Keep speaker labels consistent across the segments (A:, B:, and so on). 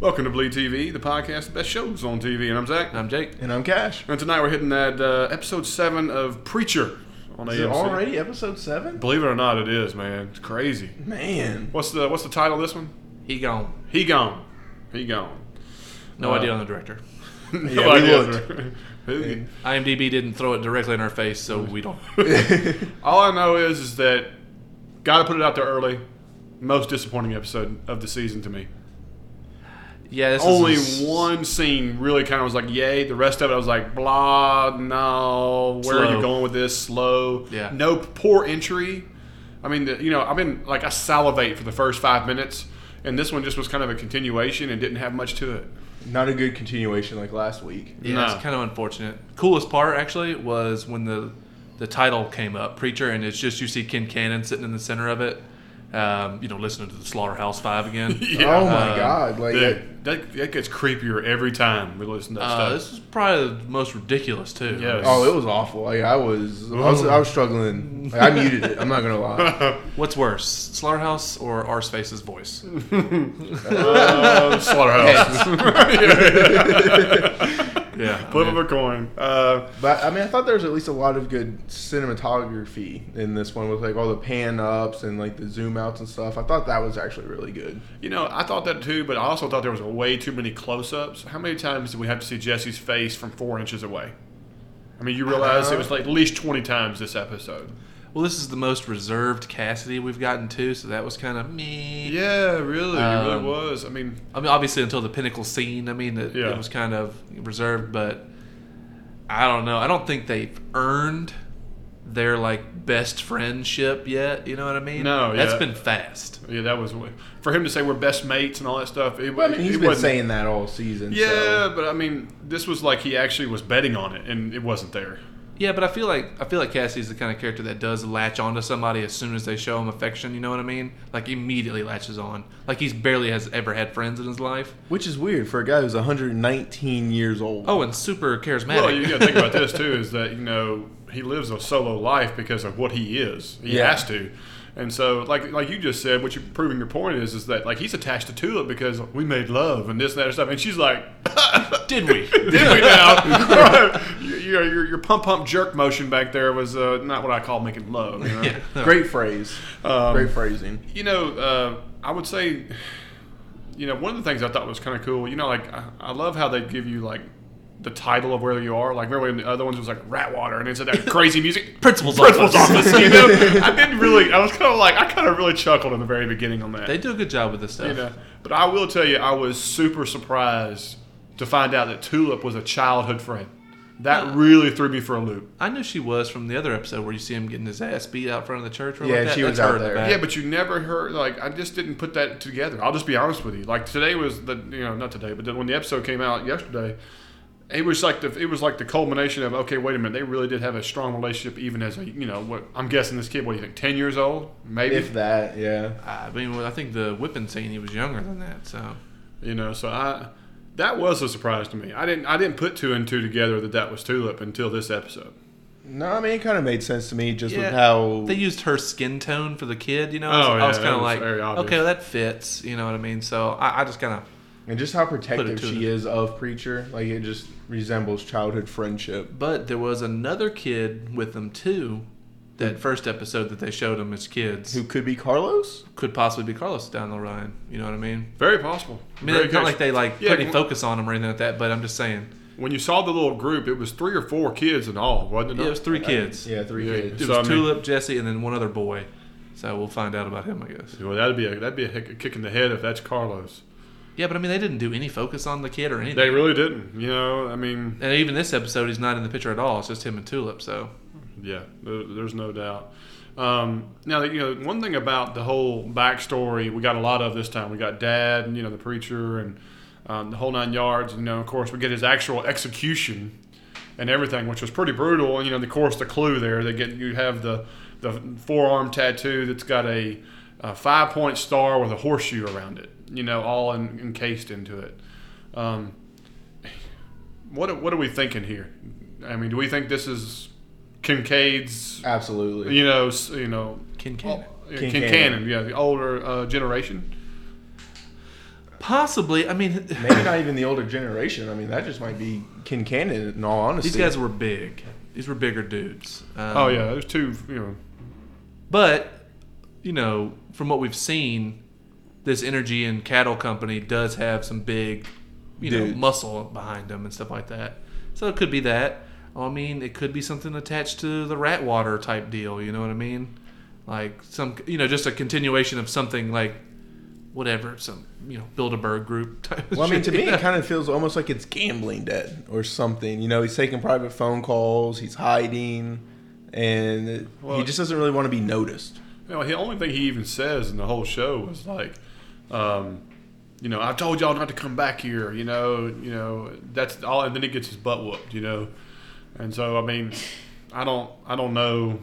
A: Welcome to Bleed TV, the podcast, the best shows on TV. And I'm Zach.
B: I'm Jake.
C: And I'm Cash.
A: And tonight we're hitting that uh, episode seven of Preacher on
C: Is
A: AMC.
C: it already episode seven?
A: Believe it or not, it is, man. It's crazy.
C: Man.
A: What's the What's the title of this one?
B: He gone.
A: He gone. He gone.
B: No
A: Uh,
B: idea on the director.
A: no
C: we
A: idea. Who-
B: IMDb didn't throw it directly in our face, so we don't.
A: All I know is is that got to put it out there early. Most disappointing episode of the season to me.
B: Yeah, this
A: Only
B: is
A: one scene really kind of was like, yay. The rest of it, I was like, blah, no. Where are you
B: Slow.
A: going with this? Slow.
B: Yeah.
A: No poor entry. I mean, the, you know, I've been like, I salivate for the first five minutes, and this one just was kind of a continuation and didn't have much to it.
C: Not a good continuation like last week.
B: Yeah,
A: No.
B: it's kind of unfortunate. Coolest part actually was when the the title came up, preacher, and it's just you see Ken Cannon sitting in the center of it. Um, you know, listening to the Slaughterhouse Five again.
C: oh my
B: Uh,
C: god. Like
A: Dude, that, that gets creepier every time we listen to that
B: Uh,
A: stuff.
B: this is probably the most ridiculous too.
A: Yes.
C: Oh, it was awful. Like I was, I was, I was struggling. Like, I muted it. I'm not gonna lie.
B: What's worse, Slaughterhouse or Arsface's voice?
A: Uh, slaughterhouse.
B: Yeah,
A: Flip
B: I
A: of
B: mean,
A: a coin. Uh,
C: But I mean, I thought there was at least a lot of good cinematography in this one with like all the pan ups and like the zoom outs and stuff. I thought that was actually really good.
A: You know, I thought that too, but I also thought there was way too many close-ups. How many times did we have to see Jesse's face from four inches away? I mean, you realize it was like at least twenty times this episode.
B: well, this is the most reserved Cassidy we've gotten to, so that was kind of me.
A: Yeah, really, it really
B: Um,
A: was. I mean,
B: I mean, obviously until the pinnacle scene. I mean, it,
A: Yeah.
B: it was kind of reserved, but I don't know. I don't think they've earned their like best friendship yet. You know what I mean?
A: No,
B: that's
A: yeah.
B: been fast.
A: yeah, that was for him to say we're best mates and all that stuff. It,
C: But I mean,
A: it-
C: he's
A: it
C: been
A: wasn't-
C: saying that all season.
A: yeah,
C: so-
A: but I mean, this was like he actually was betting on it, and it wasn't there.
B: Yeah, but I feel like I feel like Cassie's the kind of character that does latch onto somebody as soon as they show him affection. You know what I mean? Like immediately latches on. Like he's barely has ever had friends in his life.
C: Which is weird for a guy who's 119 years old.
B: Oh, and super charismatic.
A: Well, you got to think about this too: is that you know he lives a solo life because of what he is. He
C: Yeah.
A: has to, and so like like you just said, what you're proving your point is is that like he's attached to Tulip because we made love and this and that and stuff, and she's like,
B: Did we?
A: "Did we now?" your, your, your- your pump pump jerk motion back there was uh, not what I call making love. You know,
B: yeah.
C: Great phrase.
A: Um,
C: Great phrasing.
A: You know, uh, I would say. You know, one of the things I thought was kind of cool. You know, like I, I love how they give you like the title of where you are. Like remember when the other ones was like Ratwater, and it said that crazy music.
B: Principal's,
A: principal's
B: office.
A: office. You know, I didn't really. I was kind of like, I kind of really chuckled in the very beginning on that.
B: They do a good job with this stuff.
A: you know, but I will tell you, I was super surprised to find out that Tulip was a childhood friend. That really threw me for a loop.
B: I knew she was from the other episode where you see him getting his ass beat out front of the church. Or
C: Yeah,
B: like that.
C: she was
B: That's her
C: out
B: in the
C: there.
B: back.
A: Yeah, but you never heard like I just didn't put that together. I'll just be honest with you. Like today was the you know not today, but then when the episode came out yesterday, it was like the it was like the culmination of okay, wait a minute, they really did have a strong relationship even as a you know what I'm guessing this kid what do you think ten years old maybe
C: If that, yeah.
B: I mean, well, I think the whipping scene he was younger than that. So
A: You know, so I that was a surprise to me. I didn't I didn't put two and two together that that was Tulip until this episode.
C: No, I mean it kind of made sense to me just
B: Yeah.
C: with how
B: they used her skin tone for the kid. You know,
A: Oh,
B: I was,
A: yeah, that
B: kind
A: was
B: of like,
A: very obvious.
B: okay, well, that fits. You know what I mean? So I, I just kind of,
C: and just how
B: Put it
C: protective
B: to
C: she
B: them.
C: is of preacher. Like it just resembles childhood friendship.
B: but there was another kid with them too. That first episode that they showed them as kids
C: Who could be Carlos?
B: could possibly be Carlos down the line. You know what I mean?
A: Very possible.
B: I mean,
A: Very
B: it's not
A: good.
B: like they like
A: Yeah,
B: put any
A: when-
B: focus on him or anything like that. But I'm just saying,
A: when you saw the little group, it was three or four kids in all, wasn't it? Uh,
B: yeah, it was three kids.
C: Uh, Yeah, three
A: Yeah.
C: kids.
B: It
A: So, I
B: was
A: mean-
B: Tulip, Jesse, and then one other boy. So we'll find out about him, I guess.
A: Well, that'd be a, that'd be a hick- a kick in the head if that's Carlos.
B: Yeah, but I mean, they didn't do any focus on the kid or anything.
A: They really didn't. You know, I mean,
B: and even this episode, he's not in the picture at all. It's just him and Tulip. So
A: yeah, there, there's no doubt. Um, now, you know, one thing about the whole backstory, we got a lot of this time. We got Dad, and you know, the preacher, and um, the whole nine yards. You know, of course, we get his actual execution and everything, which was pretty brutal. And you know, of course, the clue there they get you have the the forearm tattoo that's got a, a five point star with a horseshoe around it. You know, all en- encased into it. Um, what are- what are we thinking here? I mean, do we think this is Kincaid's?
C: Absolutely.
A: You know, s- you know,
B: Kin Cannon.
A: oh, yeah,
C: Kincannon.
A: Kincannon, yeah, the older uh, generation.
B: Possibly. I mean,
C: Maybe not even the older generation. I mean, that just might be Kin Cannon. In all honesty,
B: these guys were big. These were bigger dudes. Um,
A: Oh yeah, there's two. You know,
B: But you know, from what we've seen, this energy and cattle company does have some big, you know,
C: Dudes.
B: muscle behind them and stuff like that. So it could be that. I mean, it could be something attached to the rat water type deal. You know what I mean? Like some, you know, just a continuation of something like whatever, some you know, Bilderberg group type. of
C: Well, I mean,
B: shit.
C: to me,
B: Yeah.
C: it kind of feels almost like it's gambling debt or something. You know, he's taking private phone calls, he's hiding, and
A: Well-
C: he just doesn't really want to be noticed.
A: you know, the only thing he even says in the whole show was like, um, you know, I told y'all not to come back here. You know, you know, that's all. And then he gets his butt whooped. You know, and so I mean, I don't, I don't know.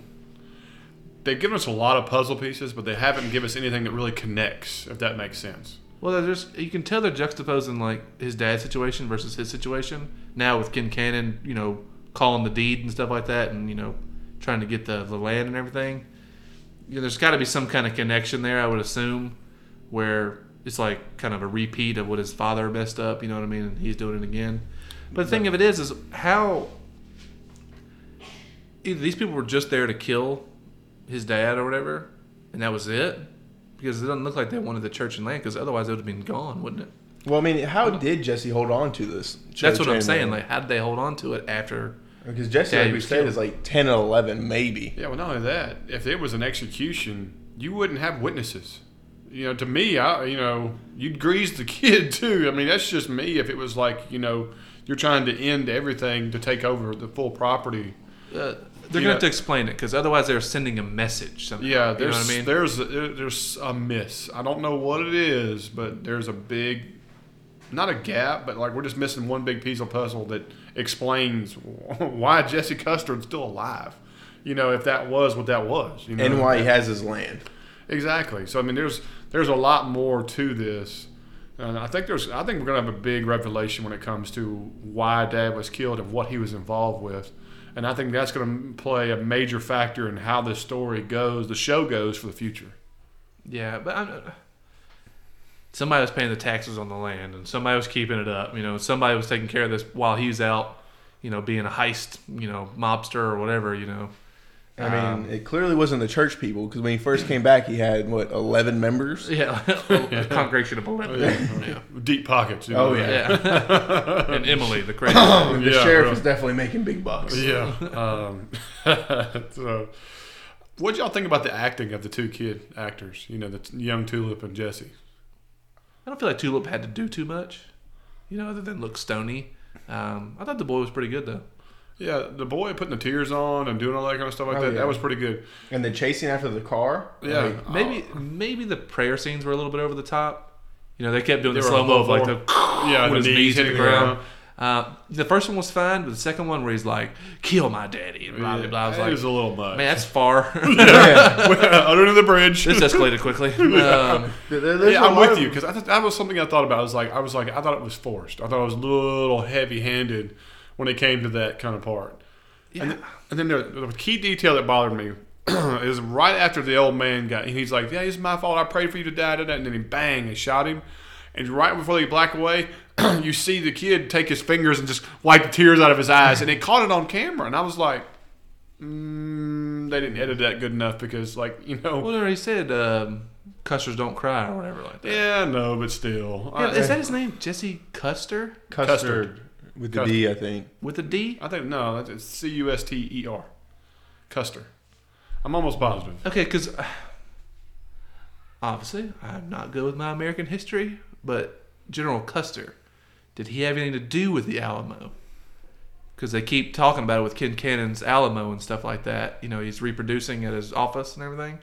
A: They've given us a lot of puzzle pieces, but they haven't given us anything that really connects. If that makes sense.
B: Well, they're just you can tell they're juxtaposing like his dad's situation versus his situation now with Ken Cannon, you know, calling the deed and stuff like that, and you know, trying to get the the land and everything. You know, there's got to be some kind of connection there, I would assume, where it's like kind of a repeat of what his father messed up. You know what I mean? And he's doing it again. But the thing of it is, is how either these people were just there to kill his dad or whatever, and that was it. Because it doesn't look like they wanted the church and land, because otherwise it would have been gone, wouldn't it?
C: Well, I mean, how did Jesse hold on to this?
B: That's what I'm saying. Like, how did they hold on to it after?
C: because Jesse,
B: Yeah, he
C: like we
B: was
C: said,
B: killed.
C: is like ten and eleven, maybe.
A: Yeah, well, not only that, if it was an execution, you wouldn't have witnesses. You know, to me, I you know, you'd grease the kid too. I mean, that's just me. If it was like you know, you're trying to end everything to take over the full property.
B: Uh, they're
A: You
B: gonna
A: know-
B: have to explain it, because otherwise they're sending a message. Somehow,
A: Yeah,
B: you know
A: there's
B: what I mean.
A: there's there- there's a miss. I don't know what it is, but there's a big, not a gap, but like we're just missing one big piece of puzzle that explains why Jesse Custard's still alive. You know, if that was what that was. You know?
C: And why he has his land.
A: Exactly. So I mean, there's there's a lot more to this. And I think there's I think we're gonna have a big revelation when it comes to why Dad was killed and what he was involved with, and I think that's gonna play a major factor in how this story goes, the show goes for the future.
B: Yeah, but I'm, uh, somebody was paying the taxes on the land, and somebody was keeping it up. You know, somebody was taking care of this while he's out. You know, being a heist, you know, mobster or whatever. You know,
C: I mean,
B: Um,
C: it clearly wasn't the church people because when he first came back, he had what eleven members.
B: yeah, a congregation of eleven. Oh, Yeah.
A: Deep pockets. you
C: Oh,
A: know.
C: yeah.
B: and Emily, the crazy. one.
C: And the
A: Yeah,
C: sheriff
A: bro.
C: is definitely making big bucks.
A: Yeah. Um, so, what y'all think about the acting of the two kid actors? You know, the t- young Tulip and Jesse.
B: I don't feel like Tulip had to do too much, you know, other than look stony. Um, I thought the boy was pretty good though.
A: Yeah, the boy putting the tears on and doing all that kind of stuff like
C: Oh,
A: that.
C: yeah.
A: That was pretty good.
C: And the chasing after the car.
A: Yeah.
C: Like,
B: Maybe maybe the prayer scenes were a little bit over the top. You know, they kept doing
A: They
B: the
A: were
B: slow mo of like
A: horrible.
B: the
A: yeah,
B: with his
A: the
B: knees
A: knees
B: hit the
A: hitting
B: ground. Uh, the first one was fine, but the second one where he's like, "Kill my daddy," and blah blah blah. I was
A: That
B: like,
A: is a little much.
B: "Man, that's far."
C: yeah.
A: under the bridge.
B: this escalated quickly. Um,
C: There- there's
A: yeah,
C: a
A: I'm
C: lot
A: with
C: of-
A: you because that was something I thought about. I was like, I was like, I thought it was forced. I thought it was a little heavy-handed when it came to that kind of part. And, th- and then there, the key detail that bothered me is right after the old man got, and he's like, "Yeah, it's my fault. I prayed for you to die." Da, da, and then he bang and shot him. And right before they black away, you see the kid take his fingers and just wipe the tears out of his eyes, and they caught it on camera. And I was like, mm, they didn't edit that good enough because, like, you know,
B: whatever he said, um, "Custers don't cry" or whatever like that.
A: Yeah, no, but still.
B: Yeah,
A: I,
B: is that his name, Jesse Custer,
C: Custard,
A: Custard.
C: with the D, I think.
B: with a D?
A: I think no, that's it's C U S T E R. Custer. I'm almost positive.
B: Okay, because obviously I'm not good with my American history, but General Custer, did he have anything to do with the Alamo? Because they keep talking about it with Ken Cannon's Alamo and stuff like that. You know, he's reproducing at his office and everything.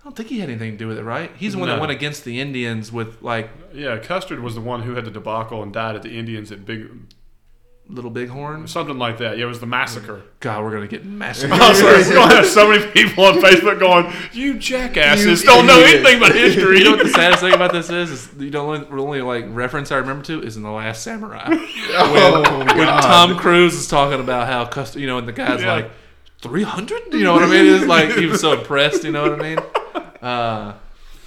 B: I don't think he had anything to do with it, right? He's the one that
A: No.
B: went against the Indians with like
A: Yeah, Custard was the one who had the debacle and died at the Indians at Big
B: Little Bighorn.
A: something like that. Yeah, it was the massacre.
B: God, we're gonna get massacred.
A: I'm sorry, we're gonna have so many people on Facebook going, "You jackasses
C: You
A: don't know
C: idiot."
A: anything about history."
B: You know what the saddest thing about this is? is the only, the only like reference I remember to is in the Last Samurai
C: Oh,
B: when
C: God.
B: Tom Cruise is talking about how custom, you know, and the guy's
A: Yeah.
B: like three hundred. You know what I mean? It's like he was so impressed. You know what I mean? Uh,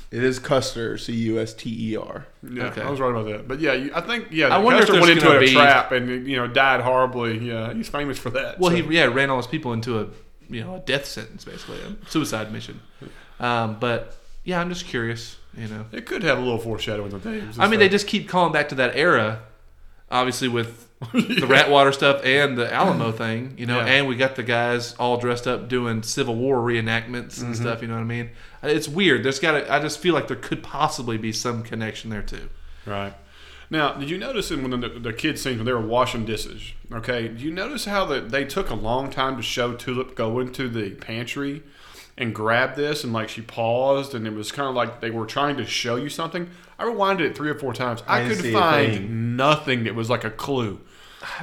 C: It is Custer, C U S T E R.
A: Yeah,
B: Okay.
A: I was right about that. But yeah, you- I think yeah,
B: I wonder if
A: Custer
B: there's
A: went into
B: gonna
A: a
B: be-
A: trap and you know died horribly. Yeah, he's famous for that.
B: Well,
A: so.
B: he yeah ran all his people into a you know a death sentence basically, a suicide mission. Um, but yeah, I'm just curious. You know,
A: it could have a little foreshadowing of things.
B: I mean, they just keep calling back to that era, obviously with the Ratwater stuff and the Alamo thing. You know,
A: Yeah.
B: and we got the guys all dressed up doing Civil War reenactments
A: Mm-hmm.
B: and stuff. You know what I mean? It's weird. There's got to. I just feel like there could possibly be some connection there too.
A: Right. Now, did you notice in when the, the kids scenes when they were washing dishes? Okay, do you notice how the, they took a long time to show Tulip go into the pantry and grab this, and like she paused, and it was kind of like they were trying to show you something. I rewinded it three or four times. I,
C: I didn't
A: could
C: see a
A: find nothing that was like a clue.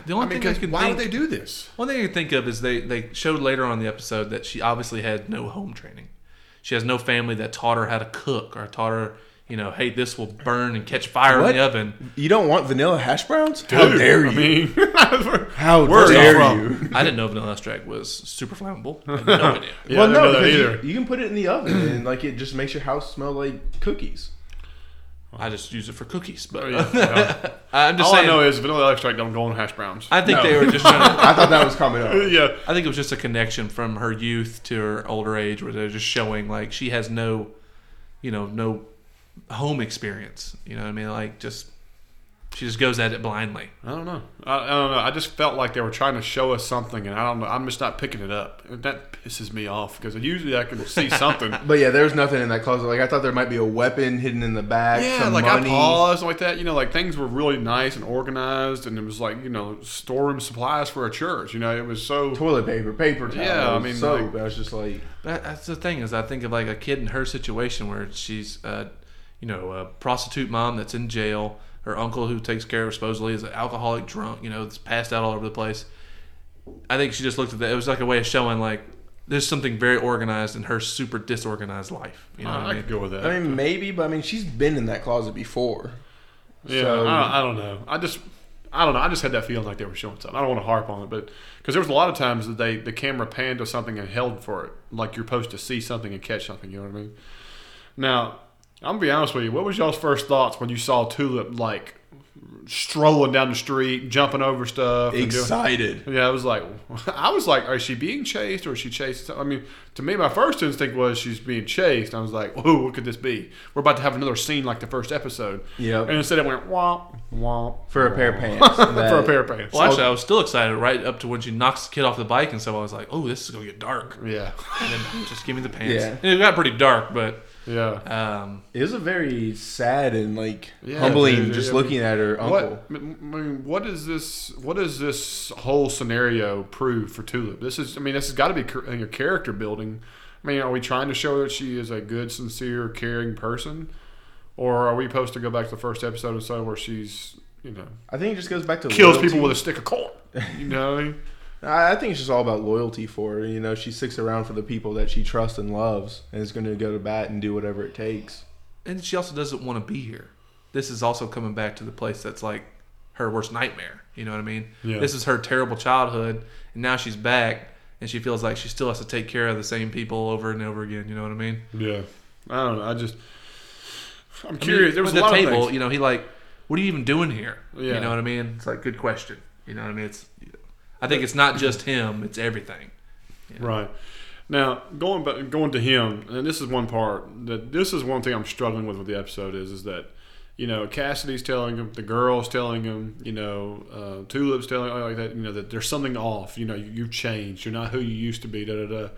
B: The only
A: I mean,
B: thing I
A: 'cause
B: can
A: why
B: think,
A: would they do this?
B: One thing I can think of is they, they showed later on in the episode that she obviously had no home training. She has no family that taught her how to cook or taught her, you know, hey, this will burn and catch fire
C: What?
B: in the oven.
C: You don't want vanilla hash browns? How
A: Dude,
C: dare you?
A: I mean,
C: How
A: where's that
C: dare
A: from?
C: you?
B: I didn't know vanilla extract was super flammable. I had no idea.
A: Yeah,
C: well,
A: I didn't
C: no,
A: know that
C: because you-
A: either.
C: You, can put it in the oven and like it just makes your house smell like cookies.
B: I just use it for cookies. But
A: Oh, Yeah, yeah.
B: I'm just
A: All
B: saying,
A: I
B: I,
A: know is vanilla extract don't go on hash browns.
B: think they were just trying to,
C: I thought that was coming up.
A: yeah,
B: I think it was just a connection from her youth to her older age where they're just showing, like, she has no, you know, no home experience. You know what I mean? Like, just, she just goes at it blindly.
A: I don't know. I, I don't know. I just felt like they were trying to show us something, and I don't know. I'm just not picking it up. And that pisses me off because usually I can see something.
C: But yeah, there's nothing in that closet. Like I thought there might be a weapon hidden in the back.
A: yeah,
C: some
A: like
C: money.
A: I paused like that. You know, like things were really nice and organized, and it was like you know storeroom supplies for a church. You know, it was so.
C: toilet paper, paper towels,
A: Yeah, I mean,
C: soap.
A: like-
C: I was just like,
B: That, that's the thing is I think of like a kid in her situation where she's, uh, you know, a prostitute mom that's in jail. Her uncle who takes care of her supposedly is an alcoholic drunk. You know, that's passed out all over the place. I think she just looked at that. It was like a way of showing like there's something very organized in her super disorganized life. You know what
A: Uh, I,
B: I mean?
A: could go with that.
C: I mean, maybe, but I mean, she's been in that closet before.
A: yeah,
C: so-
A: I, don't, I don't know. I just. I don't know. I just had that feeling like they were showing something. I don't want to harp on it, but because there was a lot of times that they the camera panned to something and held for it, like you're supposed to see something and catch something. You know what I mean? Now, I'm gonna be honest with you. What was y'all's first thoughts when you saw Tulip like strolling down the street, jumping over stuff? and doing-
C: Excited.
A: yeah, I was like, I was like, is she being chased or is she chased? I mean, to me, my first instinct was she's being chased. I was like, whoa, what could this be? We're about to have another scene like the first episode.
C: Yep.
A: And instead, it went womp womp
C: For a pair of
A: womp.
C: pants.
A: for a pair of pants.
B: well, actually, I was still excited right up to when she knocks the kid off the bike, and so I was like, "Oh, this is gonna get dark."
A: yeah,
B: And then just give me the pants.
C: Yeah.
B: And it got pretty dark, but
A: yeah.
B: um,
C: It was a very sad and like
A: Yeah,
C: humbling
A: dude,
C: just
A: yeah.
C: looking at her uncle.
A: What I mean, what is this? What does this whole scenario prove for Tulip? This is, I mean, this has got to be car- your character building. I mean, are we trying to show that she is a good, sincere, caring person, or are we supposed to go back to the first episode and so where she's, you know,
C: I think it just goes back to
A: kills
C: loyalty.
A: people with a stick of corn? You know, what I mean?
C: I I think it's just all about loyalty for her. You know, she sticks around for the people that she trusts and loves, and is going to go to bat and do whatever it takes.
B: and she also doesn't want to be here. This is also coming back to the place that's like her worst nightmare. You know what I mean?
A: Yeah.
B: This is her terrible childhood, and now she's back, and she feels like she still has to take care of the same people over and over again. You know what I mean?
A: yeah. I don't know. I just, I'm
B: I mean,
A: curious. there was
B: with
A: a lot
B: the
A: of
B: table.
A: things.
B: You know, he like, what are you even doing here?
A: Yeah.
B: You know what I mean? It's like good question. You know what I mean? It's, I think it's not just him. It's everything.
A: Right. Now going back, going to him, and this is one part that this is one thing I'm struggling with with the episode is is that you know Cassidy's telling him, the girl's telling him, you know, uh, Tulip's telling like that, you know, that there's something off. You know, you, you've changed. You're not who you used to be. Da da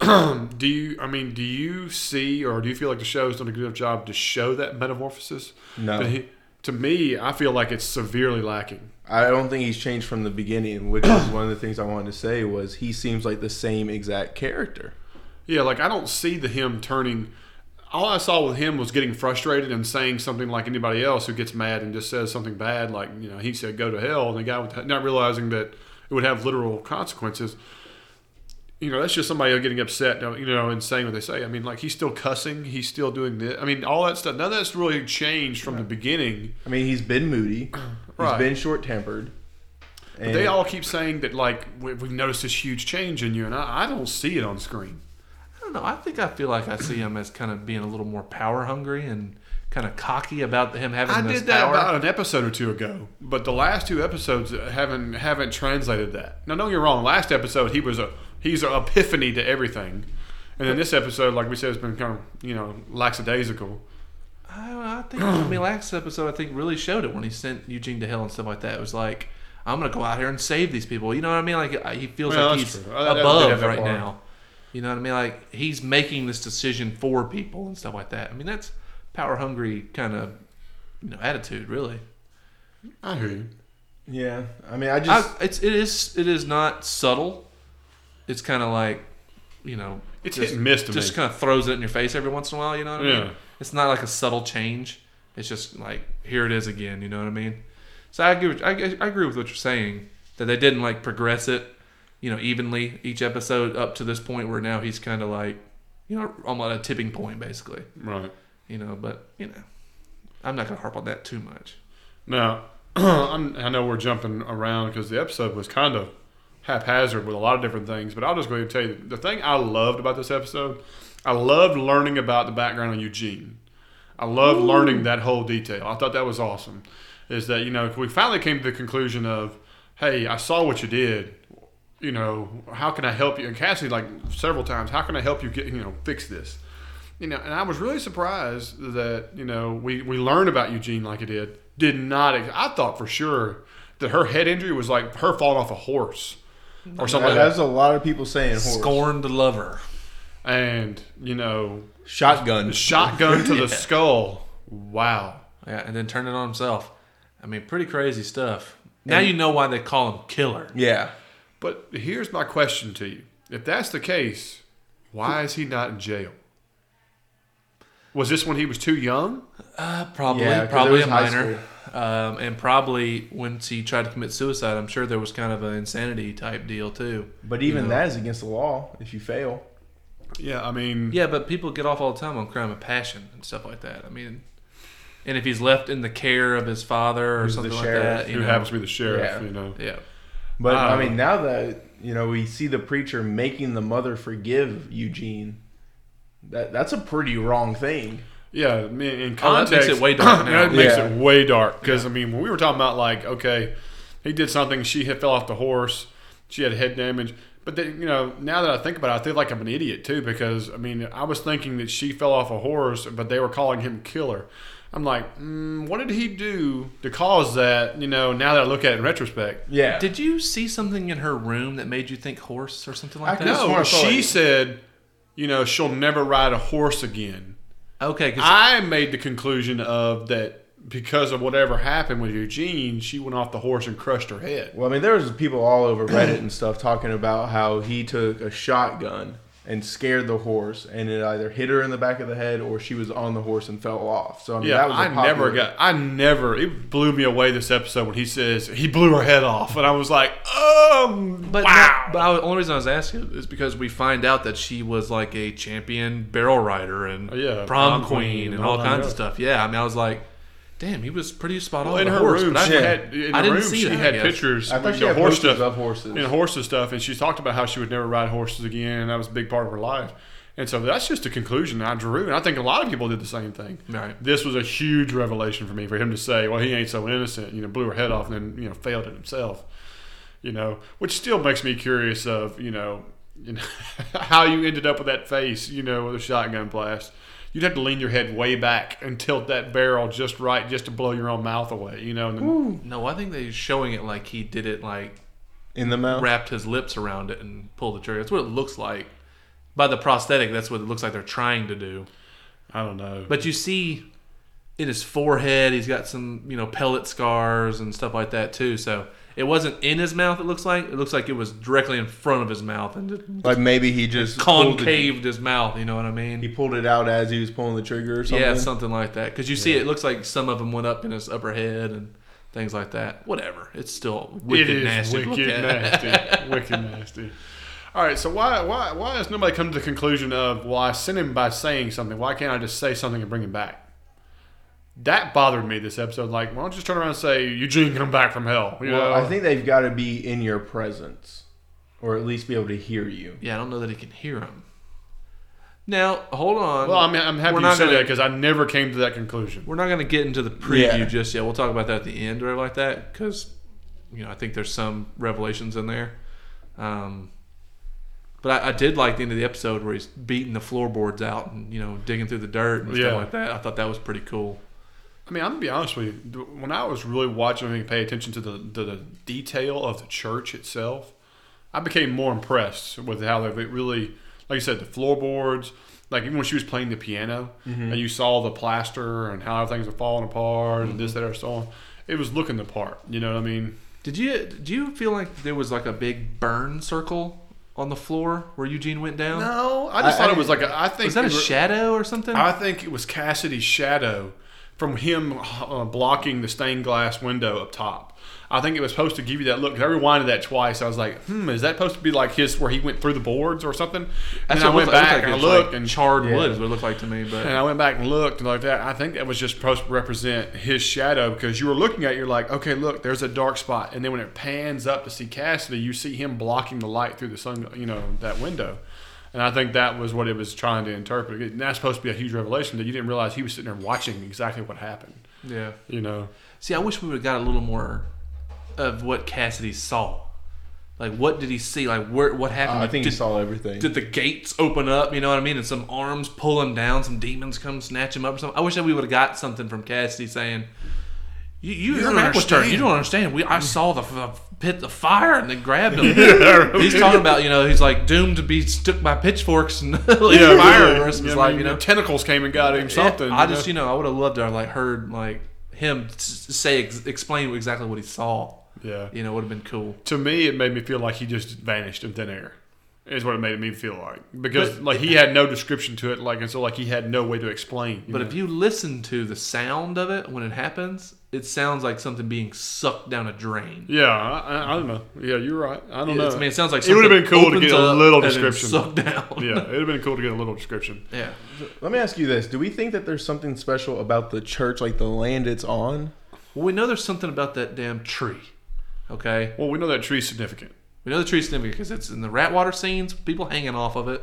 A: da. do you? I mean, do you see or do you feel like the show's done a good enough job to show that metamorphosis?
C: No.
A: But he, to me, I feel like it's severely lacking.
C: I don't think he's changed from the beginning, which is one of the things I wanted to say was he seems like the same exact character.
A: Yeah, like I don't see the him turning. All I saw with him was getting frustrated and saying something like anybody else who gets mad and just says something bad, like you know he said "go to hell," and the guy would- not realizing that it would have literal consequences. You know, that's just somebody getting upset, you know, and saying what they say. I mean, like he's still cussing, he's still doing this. I mean, all that stuff. None of that's really changed from the beginning.
C: I mean, he's been moody,
A: Right.
C: he's been short tempered.
A: But they all keep saying that, like, we- we've noticed this huge change in you, and I, I don't see it on screen.
B: I don't don't know. I think I feel like I see him as kind of being a little more power hungry and kind of cocky about him having.
A: I
B: this
A: did that
B: power.
A: about an episode or two ago, but the last two episodes haven't haven't translated that. Now, don't get me wrong. Last episode, he was a he's an epiphany to everything, and then this episode, like we said, has been kind of you know lackadaisical.
B: I, don't know, I think I mean last episode I think really showed it when he sent Eugene to hell and stuff like that. It was like I'm gonna go out here and save these people. You know what I mean? Like I- he feels
A: Well,
B: like
A: that's
B: he's
A: true. I- I don't think
B: above
A: that
B: right
A: far.
B: now. You know what I mean? Like he's making this decision for people and stuff like that. I mean that's power hungry kind of you know attitude really.
A: I hear you.
C: Yeah, I mean, I just
B: I, it's it is it is not subtle. It's kind of like you know
A: It's
B: just,
A: hit and miss to
B: just
A: me.
B: kind of throws it in your face every once in a while. You know what I mean?
A: Yeah.
B: It's not like a subtle change. It's just like here it is again. You know what I mean? So I agree. With, I, I agree with what you're saying that they didn't like progress it, you know, evenly each episode up to this point where now he's kind of like, you know, almost at a tipping point basically.
A: Right.
B: You know, but you know, I'm not gonna harp on that too much.
A: Now, I'm, I know we're jumping around because the episode was kind of haphazard with a lot of different things, but I'll just go ahead and tell you the thing I loved about this episode. I loved learning about the background of Eugene. I loved learning that whole detail. I thought that was awesome. Is that you know we finally came to the conclusion of, hey, I saw what you did. You know, how can I help you? And Cassie like several times, how can I help you get you know fix this? you know, and I was really surprised that you know we we learned about Eugene like it did. Did not. ex- I thought for sure that her head injury was like her falling off a horse or something. like that.
C: that's a lot of people saying horse.
B: Scorned lover.
A: And you know,
C: shotgun.
A: shotgun to the skull. Wow.
B: Yeah, and then turned it on himself. I mean, pretty crazy stuff. Now you know why they call him Killer.
C: Yeah,
A: But here's my question to you: If that's the case, why is he not in jail? Was this when he was too young?
B: Uh, probably,
C: Yeah, 'cause it
B: probably
C: was
B: a
C: high
B: minor, um, and probably when he tried to commit suicide, I'm sure there was kind of an insanity type deal too.
C: but
B: you
C: even
B: know.
C: that is against the law if you fail.
A: Yeah, I mean,
B: Yeah, but people get off all the time on crime of passion and stuff like that. I mean, and if he's left in the care of his father or
C: Who's the
B: something like
C: sheriff,
B: that,
A: who
B: you know,
A: happens to be the sheriff?
C: Yeah.
A: You know,
B: yeah,
C: But
A: Um,
C: I mean, now that you know, we see the preacher making the mother forgive Eugene. That that's a pretty wrong thing.
A: Yeah, I mean, in
B: Oh, that
A: context,
B: makes it way dark
A: yeah,
B: now.
A: it makes
C: Yeah.
A: it way dark because I mean, when we were talking about like, okay, he did something. She had fell off the horse. She had head damage. But then, you know, now that I think about it, I feel like I'm an idiot too because I mean, I was thinking that she fell off a horse, but they were calling him killer. I'm like, mm, what did he do to cause that? You know, now that I look at it in retrospect,
C: Yeah.
B: Did you see something in her room that made you think horse or something like
C: I
B: that?
C: could've- what
A: no,
C: I thought.
A: she said, you know, she'll never ride a horse again.
B: Okay, 'cause
A: I made the conclusion of that because of whatever happened with Eugene, she went off the horse and crushed her head.
C: Well, I mean, there was people all over Reddit and stuff talking about how he took a shotgun and scared the horse, and it either hit her in the back of the head or she was on the horse and fell off. So I mean,
A: Yeah,
C: that was a
A: I never
C: popular-
A: got. I never. It blew me away this episode when he says he blew her head off, and I was like, um,
B: But
A: wow.
B: no- but I, the only reason I was asking is because we find out that she was like a champion barrel rider and
A: Oh, yeah,
B: prom,
A: prom
B: queen, and all,
A: that,
B: kinds of
A: yeah.
B: stuff. Yeah, I mean, I was like, damn, he was pretty spot on.
A: in
B: with
A: her
B: the horse,
A: room,
B: but I
A: she
B: didn't-
A: had in
B: I
A: the
B: didn't
A: room
B: see
A: she
B: that, I
A: had
B: guess.
A: pictures.
C: I
A: with
C: thought she
A: the
C: had
A: horse
C: horses
A: stuff.
C: of horses.
A: and horses stuff, and she talked about how she would never ride horses again, and that was a big part of her life. And so that's just a conclusion I drew, and I think a lot of people did the same thing.
B: Right.
A: This was a huge revelation for me for him to say, "Well, he ain't so innocent," you know, blew her head off, and then you know, failed it himself, you know, which still makes me curious of you know, you know how you ended up with that face, you know, with a shotgun blast. You'd have to lean your head way back and tilt that barrel just right, just to blow your own mouth away, you know. And then,
B: No, I think they're showing it like he did it, like
C: in the mouth.
B: wrapped his lips around it and pulled the trigger. That's what it looks like. By the prosthetic, that's what it looks like they're trying to do.
A: I don't know.
B: But you see in his forehead, he's got some, you know, pellet scars and stuff like that too. So it wasn't in his mouth, it looks like. It looks like it was directly in front of his mouth and just
C: Like maybe he just pulled the-
B: concaved his mouth, you know what I
C: he
B: mean?
C: pulled it out as he was pulling the trigger or something.
B: Yeah, something like that. Because you see, it looks like some of them went up in his upper head and things like that. Whatever. It's still wicked
A: it is
B: nasty. to look
A: wicked
B: at.
A: nasty, wicked nasty. All right, so why why why has nobody come to the conclusion of well I sent him by saying something? Why can't I just say something and bring him back? That bothered me this episode. Like, why don't you just turn around and say Eugene come back from hell? You
C: Well,
A: know?
C: I think they've got to be in your presence, or at least be able to hear you.
B: Yeah, I don't know that he can hear him. Now, hold on.
A: Well, I'm, I'm happy
B: We're
A: you
B: not
A: said
B: gonna-
A: that because I never came to that conclusion.
B: We're not going to get into the preview
C: Yeah.
B: just yet. We'll talk about that at the end or like that because, you know, I think there's some revelations in there. Um, but I, I did like the end of the episode where he's beating the floorboards out and you know digging through the dirt and
A: Yeah.
B: stuff like that. I thought that was pretty cool.
A: I mean, I'm gonna be honest with you. th- When I was really watching and pay attention to the, to the detail of the church itself, I became more impressed with how they really, like you said, the floorboards. Like even when she was playing the piano,
B: Mm-hmm.
A: and you saw the plaster and how things are falling apart and
B: Mm-hmm.
A: this, that, or so on. It was looking the part. You know what I mean?
B: Did you do you feel like there was like a big burn circle on the floor where Eugene went down?
A: No, I just
C: I-
A: thought
C: I-
A: it was like a, I think
B: Uh, Was that a
A: they were-
B: shadow or something?
A: I think it was Cassidy's shadow from him uh, blocking the stained glass window up top. I think it was supposed to give you that look. 'Cause I rewinded that twice. I was like, "Hmm, is that supposed to be like his where he went through the boards or something?" And
B: That's
A: then I
B: what
A: went
B: it looked like.
A: back
B: It
A: and I
B: was like
A: looked and
B: charred
C: Yeah.
B: wood is what it looked like to me. But
A: and I went back and looked and like that. I think that was just supposed to represent his shadow because you were looking at it, you're like, okay, look, there's a dark spot, and then when it pans up to see Cassidy, you see him blocking the light through the sun, you know, that window. And I think that was what it was trying to interpret. And that's supposed to be a huge revelation that you didn't realize he was sitting there watching exactly what happened.
B: yeah.
A: You know,
B: See, I wish we would have got a little more of what Cassidy saw. Like, what did he see? Like, where? What happened?
C: Uh, I think
B: did,
C: he saw everything.
B: Did the gates open up? You know what I mean? And some arms pull him down. Some demons come snatch him up or something. I wish that we would have got something from Cassidy saying, "You, you,
A: You
B: don't
A: don't
B: understand. You
A: understand."
B: don't understand. We, I saw the, the pit of fire and then grabbed him. He's talking about you know he's like doomed to be stuck by pitchforks and yeah, fire. the rest of his
A: Yeah, I
B: life,
A: mean,
B: you know.
A: tentacles came and got him
B: Yeah,
A: something.
B: I
A: you know?
B: just, you know, I would have loved to have like heard like him s- say ex- explain exactly what he saw.
A: yeah.
B: You know, would have been cool.
A: to me, it made me feel like he just vanished in thin air. Is what it made me feel like because like he had no description to it, like and so like he had no way to explain.
B: But if you listen to the sound of it when it happens, it sounds like something being sucked down a drain.
A: yeah, I, I- I don't know. Yeah, you're right. I don't know.
B: It's- I mean, it sounds like
A: It would've
B: something
A: been cool to get
B: opens
A: a
B: up
A: little
B: and then
A: description.
B: sucked down.
A: yeah, it'd have been cool to get a little description.
B: yeah.
C: Let me ask you this: Do we think that there's something special about the church, like the land it's on?
B: Well, we know there's something about that damn tree. Okay,
A: Well, we know that tree's significant.
B: we know the tree's significant because it's in the Ratwater scenes, people hanging off of it,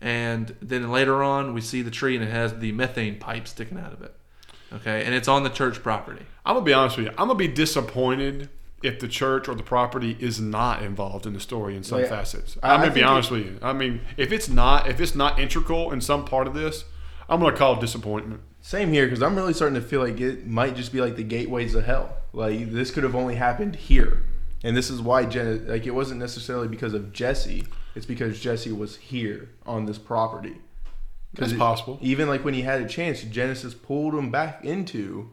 B: and then later on we see the tree and it has the methane pipe sticking out of it. Okay, and it's on the church property.
A: I'm gonna be honest with you. I'm gonna be disappointed if the church or the property is not involved in the story in some
C: Like,
A: facets.
C: I-
A: I'm
C: I
A: gonna be
C: think
A: honest with you. I mean, if it's not if it's not integral in some part of this, I'm gonna call it disappointment.
C: Same here, because I'm really starting to feel like it might just be like the gateways to hell. Like this could have only happened here, and this is why Jen. Like it wasn't necessarily because of Jesse. It's because Jesse was here on this property.
A: That's
C: it-
A: possible.
C: Even like when he had a chance, Genesis pulled him back into,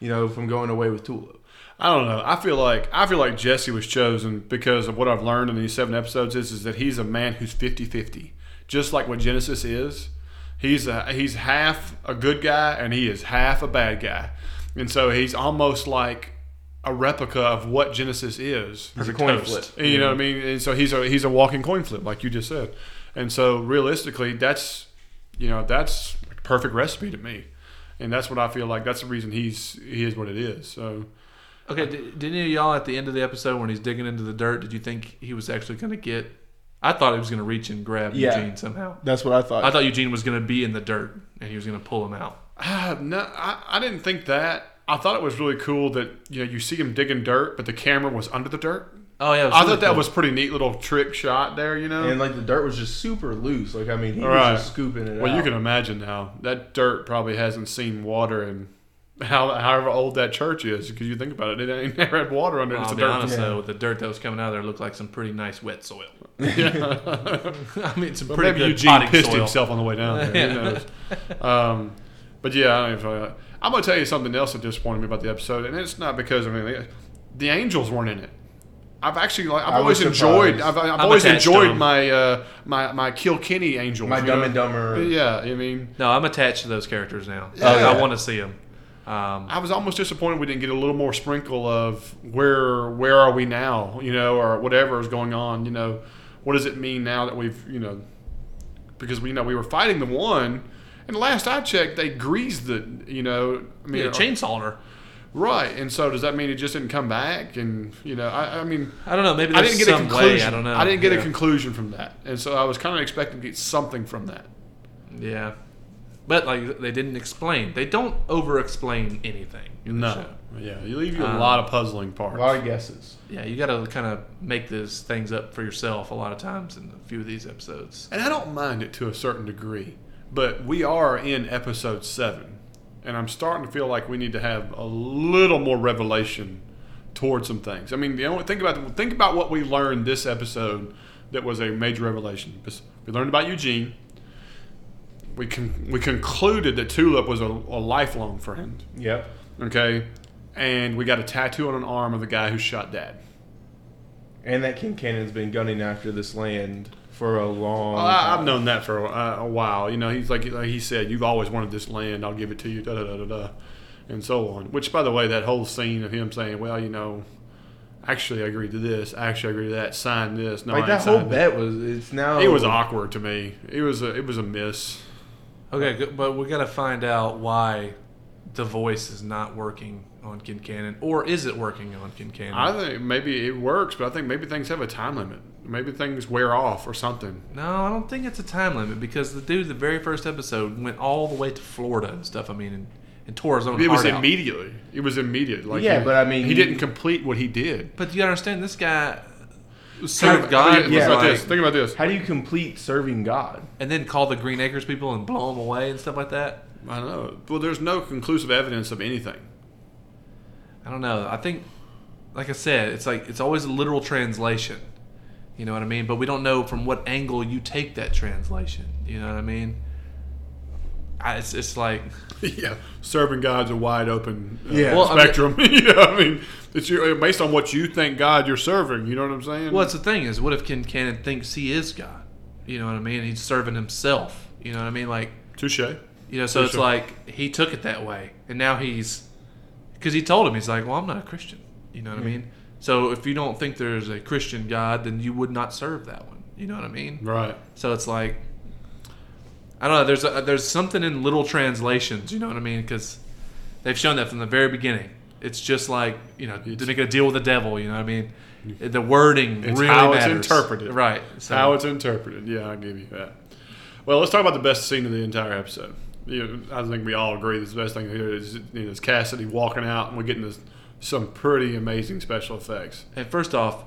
C: you know, from going away with Tulip.
A: I don't know. I feel like I feel like Jesse was chosen because of what I've learned in these seven episodes is, is that he's a man who's 50-50. Just like what Genesis is. He's a, he's half a good guy and he is half a bad guy. And so he's almost like a replica of what Genesis is.
C: He's a coin flip.
A: You know what I mean? And so he's a he's a walking coin flip, like you just said. And so realistically, that's you know that's a perfect recipe to me, and that's what I feel like. That's the reason he's he is what it is. So
B: Okay, did, did any of y'all at the end of the episode when he's digging into the dirt, did you think he was actually going to get? I thought he was going to reach and grab
C: Yeah.
B: Eugene somehow.
C: That's what I thought.
B: I thought Eugene was going to be in the dirt and he was going to pull him out.
A: Ah, no, I, I didn't think that. I thought it was really cool that you know you see him digging dirt, but the camera was under the dirt.
B: Oh yeah, it was
A: I
B: really
A: thought that
B: cool.
A: was pretty neat little trick shot there. You know,
C: and like the dirt was just super loose. Like I mean, he was
A: Right.
C: just scooping it out.
A: well, you can imagine now that dirt probably hasn't seen water in how however old that church is because you think about it, it ain't never had water under it.
B: I'll
A: It's a
B: be
A: dirt.
B: honest
C: Yeah.
B: though, the dirt that was coming out of there looked like some pretty nice wet soil. I mean, some
A: But
B: pretty
A: maybe
B: good
A: Eugene
B: potting
A: pissed
B: soil.
A: himself on the way down there. Who knows? Um, but yeah, I don't even know. I'm going to tell you something else that disappointed me about the episode, and it's not because I mean the, the angels weren't in it. I've actually like I've
C: I was
A: always enjoyed
C: surprised.
A: I've, I've
B: I'm
A: always
B: attached to
A: enjoyed
B: them.
A: my uh, my my Kilkenny angels.
C: my
A: you
C: Dumb
A: know?
C: and Dumber.
A: Yeah, I mean,
B: No, I'm attached to those characters now.
A: Yeah.
B: I want to see them. Um,
A: I was almost disappointed we didn't get a little more sprinkle of where where are we now, you know, or whatever is going on, you know, what does it mean now that we've, you know, because we you know we were fighting the one, and last I checked they greased the, you know, I mean,
B: yeah, chainsawed her.
A: right, and so does that mean it just didn't come back, and you know, I, I mean,
B: I don't know. Maybe
A: I
B: there's
A: didn't get a
B: some
A: conclusion.
B: way. I don't know.
A: didn't get
B: Yeah.
A: a conclusion from that, and so I was kind of expecting to get something from that.
B: Yeah. But like they didn't explain. They don't over explain anything in the
A: No.
B: show.
A: Yeah, you leave you a
B: Um,
A: lot of puzzling
C: A
A: parts.
C: lot of guesses.
B: Yeah, you got to kind of make those things up for yourself a lot of times in a few of these episodes.
A: and I don't mind it to a certain degree, but we are in episode seven, and I'm starting to feel like we need to have a little more revelation towards some things. I mean, the only think about think about what we learned this episode that was a major revelation. We learned about Eugene. We con- we concluded that Tulip was a, a lifelong friend.
C: Yep.
A: Okay, and we got a tattoo on an arm of the guy who shot Dad.
C: And that King Cannon's been gunning after this land for a long.
A: Well, Oh, I, I've
C: time.
A: known that for a, uh, a while. You know, he's like, like he said, you've always wanted this land. I'll give it to you. Da da da da da, and so on. Which, by the way, that whole scene of him saying, "Well, you know, actually I agreed to this. Actually I agreed to that. Sign this. No,
C: Like
A: I
C: that
A: ain't
C: whole
A: signed
C: bet was. It's now.
A: It was awkward to me. It was a it was a miss.
B: Okay, good, but we got to find out why the voice is not working on Kincannon, or is it working on Kincannon?
A: I think maybe it works, but I think maybe things have a time limit. Maybe things wear off or something.
B: no, I don't think it's a time limit because the dude, the very first episode, went all the way to Florida and stuff. I mean, and, and tore his own
A: It was
B: heart out.
A: immediately. It was immediate. Like
C: Yeah,
A: he-
C: but I mean,
A: he
C: he-
A: didn't complete what he did.
B: But you gotta understand, this guy
A: Think
B: served
A: about-
B: God,
A: Think
C: yeah,
A: about
B: was
A: this.
B: like-
A: Think about this.
C: How do you complete serving God?
B: and then called the Green Acres people and blow them away and stuff like that.
A: I don't know. Well, there's no conclusive evidence of anything.
B: I don't know. I think, like I said, it's like it's always a literal translation. You know what I mean? But we don't know from what angle you take that translation. You know what I mean? I, it's, it's like
A: yeah, serving God's a wide open uh,
C: Yeah. Well,
B: I mean-
A: spectrum. you know, I mean, it's your, based on what you think God you're serving. You know what I'm saying?
B: well, it's the thing is, what if Ken Cannon thinks he is God? You know what I mean? He's serving himself. You know what I mean? Like
A: touche?
B: you know, so
A: For
B: it's
A: sure.
B: like he took it that way, and now he's because he told him he's like, well, I'm not a Christian. You know
A: Mm-hmm.
B: what I mean? So if you don't think there's a Christian God, then you would not serve that one. You know what I mean?
A: Right.
B: So it's like, I don't know. There's a, there's something in little translations. You know what I mean? Because they've shown that from the very beginning. It's just like you know to make a deal with the devil. You know what I mean? The wording
A: Mm-hmm. It's
B: really
A: how it's
B: matters.
A: interpreted.
B: right?
A: It's How it's interpreted. Yeah, I'll give you that. Well, let's talk about the best scene of the entire episode. You know, I think we all agree this the best thing here is, you know, is Cassidy walking out and we're getting this, some pretty amazing special effects.
B: and first off,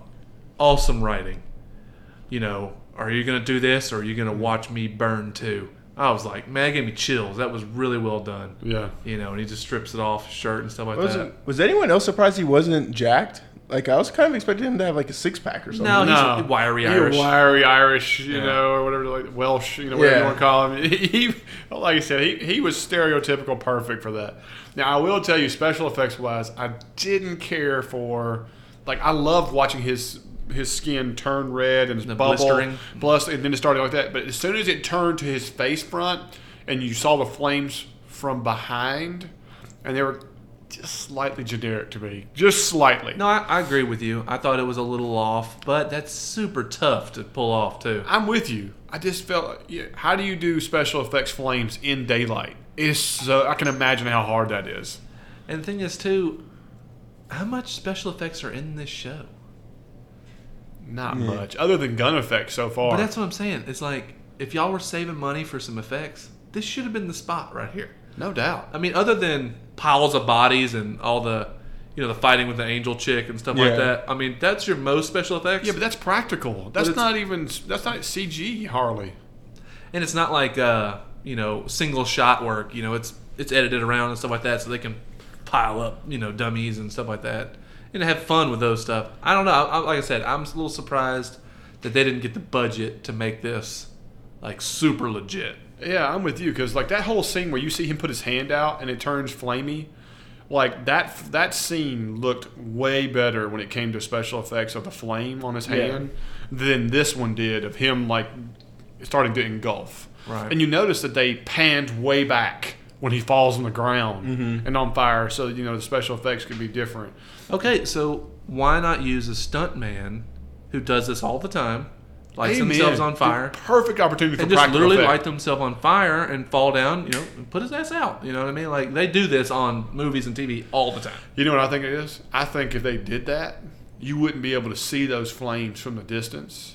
B: awesome writing. You know, are you gonna do this or are you gonna
A: Mm-hmm.
B: watch me burn too? I was like, man, it gave me chills. That was really well done.
A: Yeah.
B: You know, and he just strips it off his shirt and stuff like
C: Was,
B: that.
C: was anyone else surprised he wasn't jacked? Like I was kind of expecting him to have like a six pack or something.
B: No,
A: No,
B: he's wiry
A: You're
B: Irish.
A: wiry Irish, you
B: Yeah.
A: know, or whatever, like Welsh, you know, whatever
C: Yeah.
A: you want to call him. He, like I said, he, he was stereotypical perfect for that. Now I will tell you, special effects wise, I didn't care for. Like I loved watching his his skin turn red and his
B: The
A: bubble,
B: blistering.
A: blus- and then it started like that. But as soon as it turned to his face front, and you saw the flames from behind, and they were just slightly generic to me, just slightly.
B: No, I, I agree with you. I thought it was a little off, but that's super tough to pull off too.
A: I'm with you. I just felt. Yeah, how do you do special effects flames in daylight? It's so I can imagine how hard that is.
B: And the thing is too, how much special effects are in this show?
A: Not much, other than gun effects so far.
B: But that's what I'm saying. It's like if y'all were saving money for some effects, this should have been the spot right here.
A: no doubt.
B: I mean, other than piles of bodies and all the, you know, the fighting with the angel chick and stuff like
C: Yeah.
B: that. I mean, that's your most special effects.
A: Yeah, but that's practical. That's
B: it's-
A: not even. That's not CG, Harley.
B: and it's not like uh, you know single shot work. You know, it's it's edited around and stuff like that, so they can pile up you know dummies and stuff like that, and have fun with those stuff. I don't know. I, I- like I said, I'm a little surprised that they didn't get the budget to make this like super legit.
A: Yeah, I'm with you because like that whole scene where you see him put his hand out and it turns flamey, like that that scene looked way better when it came to special effects of the flame on his
C: Yeah.
A: hand than this one did of him like starting to engulf.
B: Right.
A: And you notice that they panned way back when he falls on the ground
B: Mm-hmm.
A: and on fire, so you know the special effects could be different.
B: Okay, so why not use a stunt man who does this all the time, lights
A: Amen.
B: themselves on fire?
A: Perfect opportunity for
B: and just
A: practical
B: literally
A: effect.
B: light themselves on fire and fall down, you know, and put his ass out. You know what I mean? Like they do this on movies and TV all the time.
A: You know what I think it is? I think if they did that, you wouldn't be able to see those flames from the distance.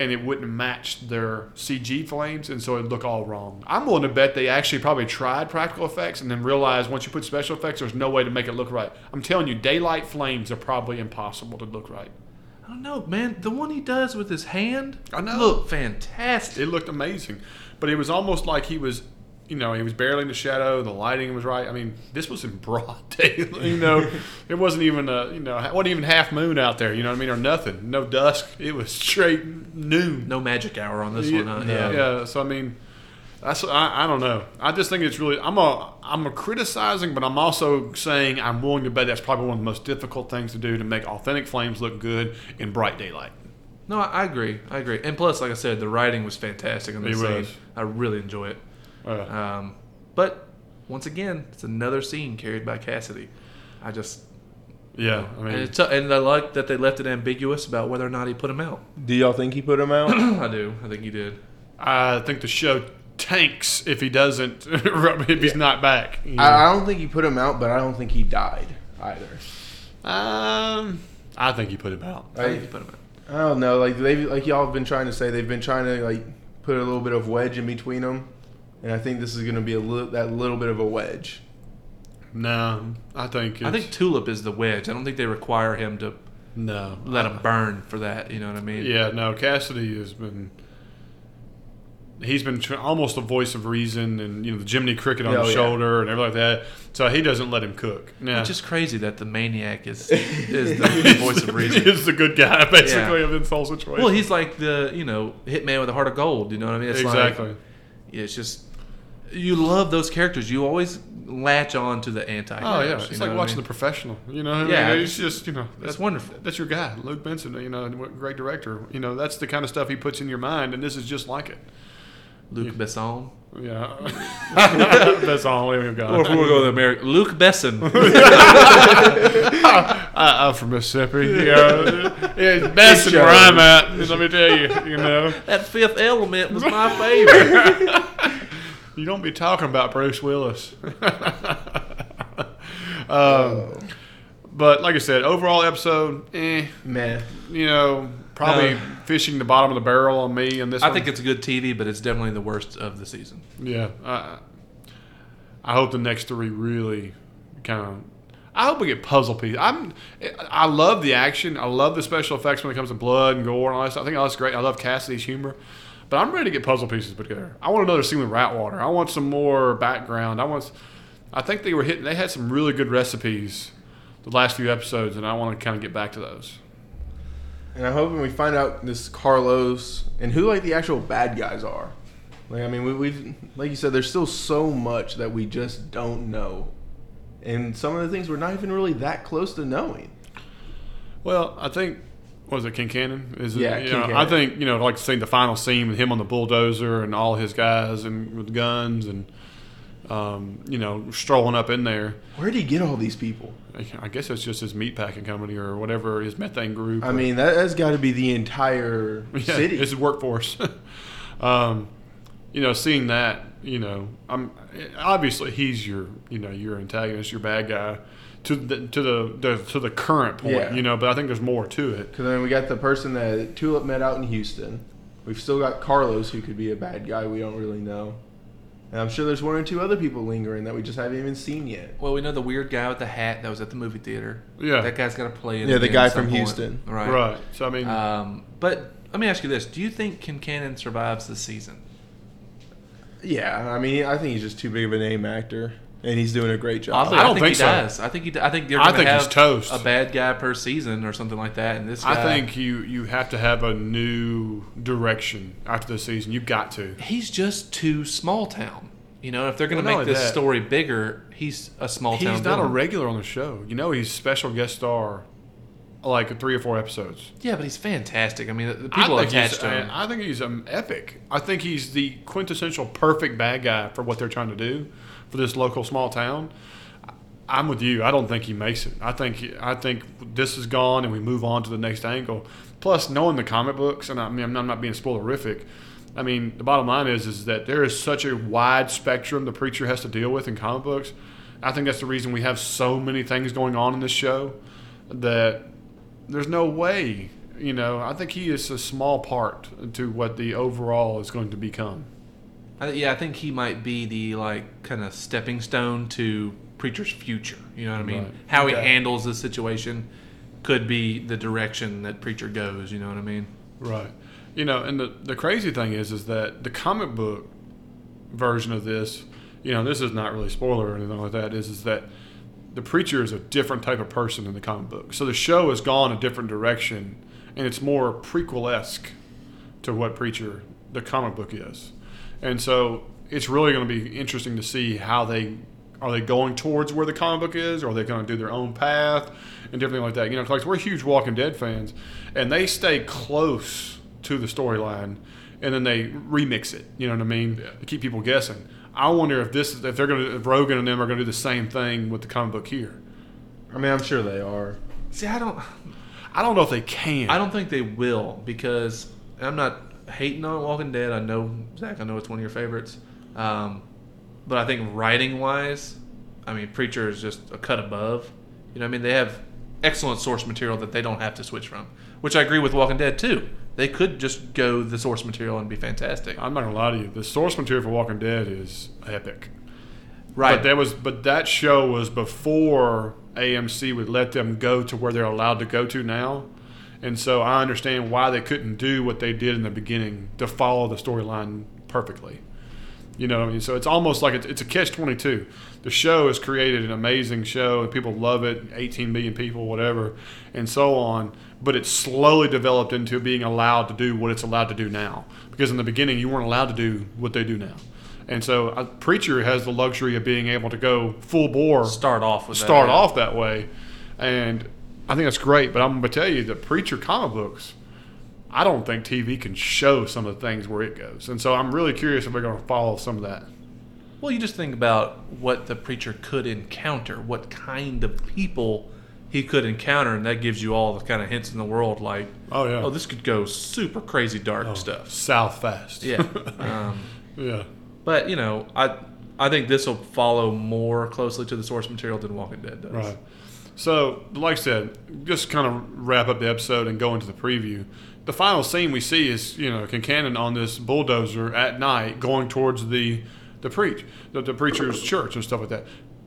A: and it wouldn't match their CG flames, and so it'd look all wrong. I'm willing to bet they actually probably tried practical effects and then realized once you put special effects, there's no way to make it look right. I'm telling you, daylight flames are probably impossible to look right.
B: I don't know, man. The one he does with his hand,
A: I know.
B: look fantastic.
A: It looked amazing, but it was almost like he was, you know, he was barely in the shadow. The lighting was right. I mean, this was in broad daylight. You know, it wasn't even a, you know, it wasn't even half moon out there. You know what I mean, or nothing. No dusk. It was straight noon.
B: No magic hour on this
A: yeah,
B: one. Huh?
A: yeah. yeah. So I mean, that's I, I don't know. I just think it's really I'm a I'm a criticizing, but I'm also saying I'm willing to bet that's probably one of the most difficult things to do to make authentic flames look good in bright daylight.
B: No, I, I agree. I agree. And plus, like I said, the writing was fantastic on this
A: It
B: scene.
A: was.
B: I really enjoy it.
A: Uh,
B: Um, but once again, it's another scene carried by Cassidy. I just
A: yeah, I mean,
B: and, it's, and I like that they left it ambiguous about whether or not he put him out.
C: Do y'all think he put him out?
B: I do. I think he did.
A: I think the show tanks if he doesn't, if he's not back. you know.
C: I, I don't think he put him out, but I don't think he died either.
A: um, I think he put it out.
B: I think
C: I,
B: he put him out.
C: I don't know. Like they like y'all have been trying to say they've been trying to like put a little bit of wedge in between them, and I think this is going to be a little that little bit of a wedge.
A: No, I think. It's,
B: I think Tulip is the wedge. I don't think they require him to
A: no.
B: let him burn for that. You know what I mean?
A: Yeah, no. Cassidy has been. He's been tr- almost a voice of reason, and you know the Jiminy Cricket on
C: Oh,
A: the
C: yeah.
A: shoulder and everything like that. So he doesn't let him cook. Yeah,
B: It's just crazy that the maniac is is the voice of reason.
A: He's the good guy, basically, of this whole situation.
B: Well, he's like the you know hitman with a heart of gold. You know what I mean? It's
A: exactly.
B: Like, yeah, it's just you love those characters. You always latch on to the anti.
A: Oh yeah, it's like watching The Professional. You know, yeah,
B: Yeah.
A: it's just you know
B: That's
A: that-
B: wonderful.
A: That's your guy, Luke Benson. You know, and what- great director. You know, that's the kind of stuff he puts in your mind, and this is just like it.
B: Luke Besson.
A: Yeah, that's all we've
B: Or if we
A: got.
B: were going to America, Luke Besson.
A: I, I'm from Uh, Mississippi. Yeah, it's best
C: Good
A: where
C: show.
A: I'm at. Let me tell you. You know,
B: that Fifth Element was my favorite.
A: you don't be talking about Bruce Willis. um, but like I said, overall episode, eh,
C: Man,
A: you know, probably
B: No.
A: fishing the bottom of the barrel on me on this.
B: Uh, I
A: one.
B: think it's good TV, but it's definitely the worst of the season.
A: Yeah, I, I hope the next three really kind of. I hope we get puzzle pieces. I'm. I love the action. I love the special effects when it comes to blood and gore and all that stuff. I think all that's great. I love Cassidy's humor, but I'm ready to get puzzle pieces put together. I want another scene with Ratwater. I want some more background. I want. s- I think they were hitting. They had some really good recipes the last few episodes, and I want to kind of get back to those.
C: and I'm hoping we find out this Carlos and who like the actual bad guys are. Like I mean, we, we've like you said, there's still so much that we just don't know, and some of the things we're not even really that close to knowing.
A: Well, I think what was it King Cannon? Is it,
C: Yeah,
A: you
C: King
A: know, I
C: Cannon.
A: think you know, like seeing the final scene with him on the bulldozer and all his guys and with guns and um, you know strolling up in there.
C: Where did he get all these people?
A: I guess it's just his meat packing company or whatever his methane group.
C: I
A: or-
C: mean, that, that's got to be the entire
A: Yeah,
C: city.
A: It's workforce. um, you know, seeing that, you know, I'm obviously he's your, you know, your antagonist, your bad guy, to the to the, the to the current point,
C: Yeah.
A: you know. But I think there's more to it.
C: Because then we got the person that Tulip met out in Houston. We've still got Carlos, who could be a bad guy. We don't really know. And I'm sure there's one or two other people lingering that we just haven't even seen yet.
B: Well, we know the weird guy with the hat that was at the movie theater.
A: Yeah.
B: that guy's got to play. in
C: Yeah,
B: it
C: the
B: again
C: guy
B: at some
C: from
B: point.
C: Houston.
B: Right.
A: Right. So I mean,
B: Um, but let me ask you this: Do you think Kincannon survives the season?
C: Yeah, I mean, I think he's just too big of a name actor, and he's doing a great job.
A: don't think
B: he
A: so.
B: does. I think he. d- I think they're.
A: I
B: Gonna
A: think
B: have
A: he's toast.
B: A bad guy per season or something like that. And this. Guy,
A: I think you you have to have a new direction after this season. You've got to.
B: he's just too small town. You know, if they're going to
A: Well, not
B: make
A: only
B: this
A: that-
B: story bigger, he's a small town.
A: He's not a
B: villain.
A: regular on the show. You know, he's special guest star, like three or four episodes.
B: yeah, but he's fantastic. I mean, the- the people
A: I think
B: attached
A: he's,
B: to him.
A: I think he's um, epic. I think he's the quintessential perfect bad guy for what they're trying to do for this local small town. I- I'm with you. I don't think he makes it. I think I think this is gone, and we move on to the next angle. Plus, knowing the comic books, and I mean, I'm not being spoilerific. I mean, the bottom line is is that there is such a wide spectrum the preacher has to deal with in comic books. I think that's the reason we have so many things going on in this show that there's no way you know, I think he is a small part to what the overall is going to become.
B: I, yeah, I think he might be the like kind of stepping stone to Preacher's future. You know what I mean?
A: Right.
B: How he
C: Okay.
B: handles this situation could be the direction that Preacher goes. You know what I mean?
A: Right. You know, and the, the crazy thing is, is that the comic book version of this, you know, this is not really spoiler or anything like that. Is is that the preacher is a different type of person in the comic book. So the show has gone a different direction, and it's more prequel esque to what preacher the comic book is, and so it's really going to be interesting to see how they are they going towards where the comic book is, or are they going to do their own path and everything like that. You know, 'cause, like we're huge Walking Dead fans, and they stay close to the storyline, and then they remix it. You know what I mean?
B: Yeah.
A: To keep people guessing. I wonder if this if they're going to if Rogan and them are going to do the same thing with the comic book here.
C: I mean, I'm sure they are.
B: See, I don't.
A: I don't know if they can.
B: I don't think they will because and I'm not hating on Walking Dead. I know Zach. I know it's one of your favorites, um, but I think writing wise, I mean Preacher is just a cut above. You know, what I mean they have excellent source material that they don't have to switch from, which I agree with Walking Dead too. They could just go the source material and be fantastic.
A: I'm not gonna lie to you. The source material for Walking Dead is epic.
B: Right.
A: But that was but that show was before AMC would let them go to where they're allowed to go to now. And so I understand why they couldn't do what they did in the beginning to follow the storyline perfectly. You know, what I mean, so it's almost like it's, it's a catch twenty two. The show has created an amazing show, and people love it. Eighteen million people, whatever, and so on. But it's slowly developed into being allowed to do what it's allowed to do now. Because in the beginning, you weren't allowed to do what they do now, and so a preacher has the luxury of being able to go full bore
B: start off with that,
A: start
B: yeah.
A: off that way, and I think that's great. But I'm gonna tell you, the preacher comic books, I don't think TV can show some of the things where it goes, and so I'm really curious if we're gonna follow some of that.
B: Well, you just think about what the preacher could encounter, what kind of people he could encounter, and that gives you all the kind of hints in the world. Like,
A: Oh, yeah. Oh.
B: oh, this could go super crazy dark stuff.
A: south fast.
B: Yeah, um,
A: yeah,
B: but you know, I I think this will follow more closely to the source material than Walking Dead does.
A: right. So, like I said, just kind of wrap up the episode and go into the preview. The final scene we see is you know Kincannon on this bulldozer at night going towards the the preach the, the preacher's church and stuff like that.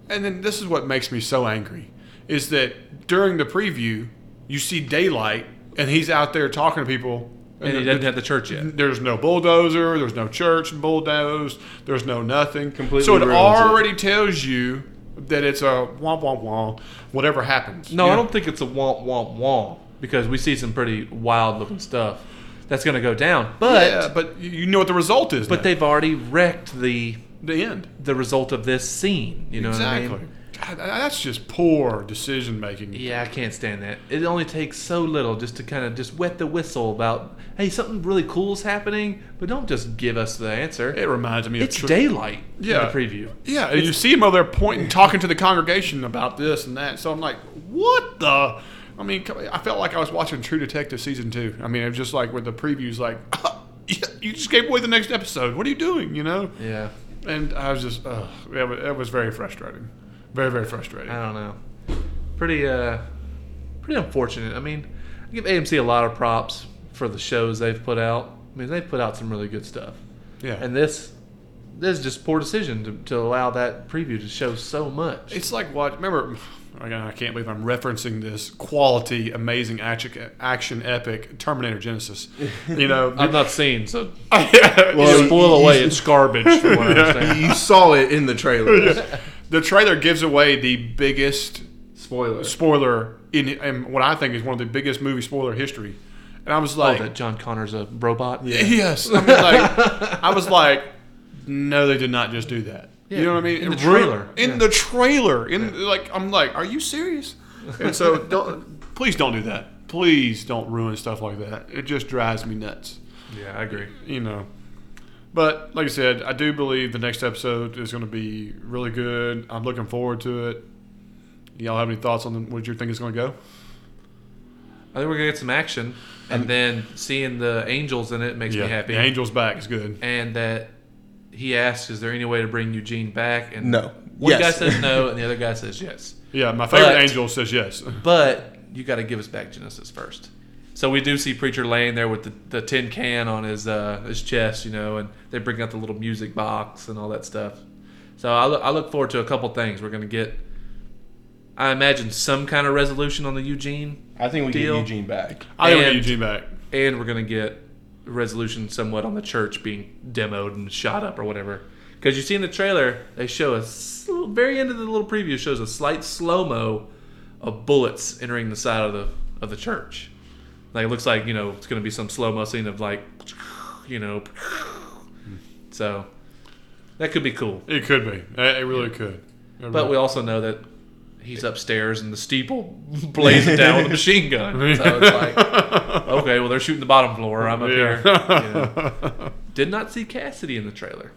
A: And then this is what makes me so angry is that during the preview you see daylight and he's out there talking to people
B: And he
A: the-
B: doesn't have the church yet.
A: There's no bulldozer. There's no church bulldozed. There's no nothing.
C: Completely
A: So it
C: ruins it.
A: already tells you that it's a womp womp womp. Whatever happens.
B: No,
A: You
B: I
A: know?
B: don't think it's a womp womp womp because we see some pretty wild looking stuff that's going to go down. But
A: Yeah, but you- you know what the result is.
B: but
A: now.
B: they've already wrecked the
A: the end.
B: the result of this scene. You know what I
A: exactly.
B: mean?
A: God, that's just poor decision making.
B: Yeah, I can't stand that. It only takes so little just to kind of just wet the whistle about, hey, something really cool's happening, but don't just give us the answer.
A: It reminds me of
B: it's
A: Tr-
B: daylight
A: Yeah.
B: in the preview.
A: Yeah, and you see him over there pointing, talking to the congregation about this and that. So I'm like, what the? I mean, come- I felt like I was watching True Detective season two. I mean, it was just like with the previews, like, you just gave away the next episode. What are you doing? You know?
B: Yeah,
A: And I was just, ugh, it was, it was very frustrating, very very frustrating.
B: I don't know. Pretty, uh, pretty unfortunate. I mean, I give AMC a lot of props for the shows they've put out. I mean, they've put out some really good stuff,
A: Yeah,
B: and this, this is just poor decision to, to allow that preview to show so much.
A: It's like what remember. Again, I can't believe I'm referencing this quality, amazing action, action epic Terminator Genesis. You know,
B: I've not seen, so
C: Well,
B: spoil
C: you-
B: away.
C: you-
B: It's garbage from what I understand.
C: you saw it in the trailer.
A: the trailer gives away the biggest
C: Spoiler.
A: spoiler in, in what I think is one of the biggest movie spoiler history. And I was like,
B: that John Connor's a robot.
C: Yeah.
A: yes. I, mean, like, I was like, no, they did not just do that.
B: Yeah,
A: You know what I mean?
B: in the
A: It ruined-
B: trailer.
A: In
B: Yeah.
A: the trailer. In like, I'm like, are you serious? And so, don't, please don't do that. Please don't ruin stuff like that. It just drives me nuts.
B: Yeah, I agree.
A: You know. But like I said, I do believe the next episode is going to be really good. I'm looking forward to it. Y'all have any thoughts on what you think it's going to go?
B: I think we're gonna get some action, and then seeing the angels in it makes me happy.
A: The Angel's back is good.
B: and that he asks, "Is there any way to bring Eugene back?" And
C: No.
B: one
C: Yes.
B: guy says no, and the other guy says yes.
A: Yeah, my favorite
B: But-
A: angel says yes.
B: But you got to give us back Genesis first. So we do see preacher laying there with the, the tin can on his uh, his chest, you know, and they bring out the little music box and all that stuff. So I look, I look forward to a couple things. We're gonna get, I imagine, some kind of resolution on the Eugene,
C: I think we
B: Deal.
C: get Eugene back.
A: I don't
B: And-
A: get Eugene back.
B: and we're gonna get a resolution somewhat on the church being demoed and shot up or whatever. Because you see in the trailer, they show a s- very end of the little preview shows a slight slow mo of bullets entering the side of the of the church. Like it looks like you know it's gonna be some slow mo scene of like, you know, so that could be cool.
A: It could be. It, it really could. It
B: But we
A: really-
B: also know that he's upstairs and the steeple blazing down with a machine gun. So it's like, okay, well, they're shooting the bottom floor. I'm up here. you know. Did not see Cassidy in the trailer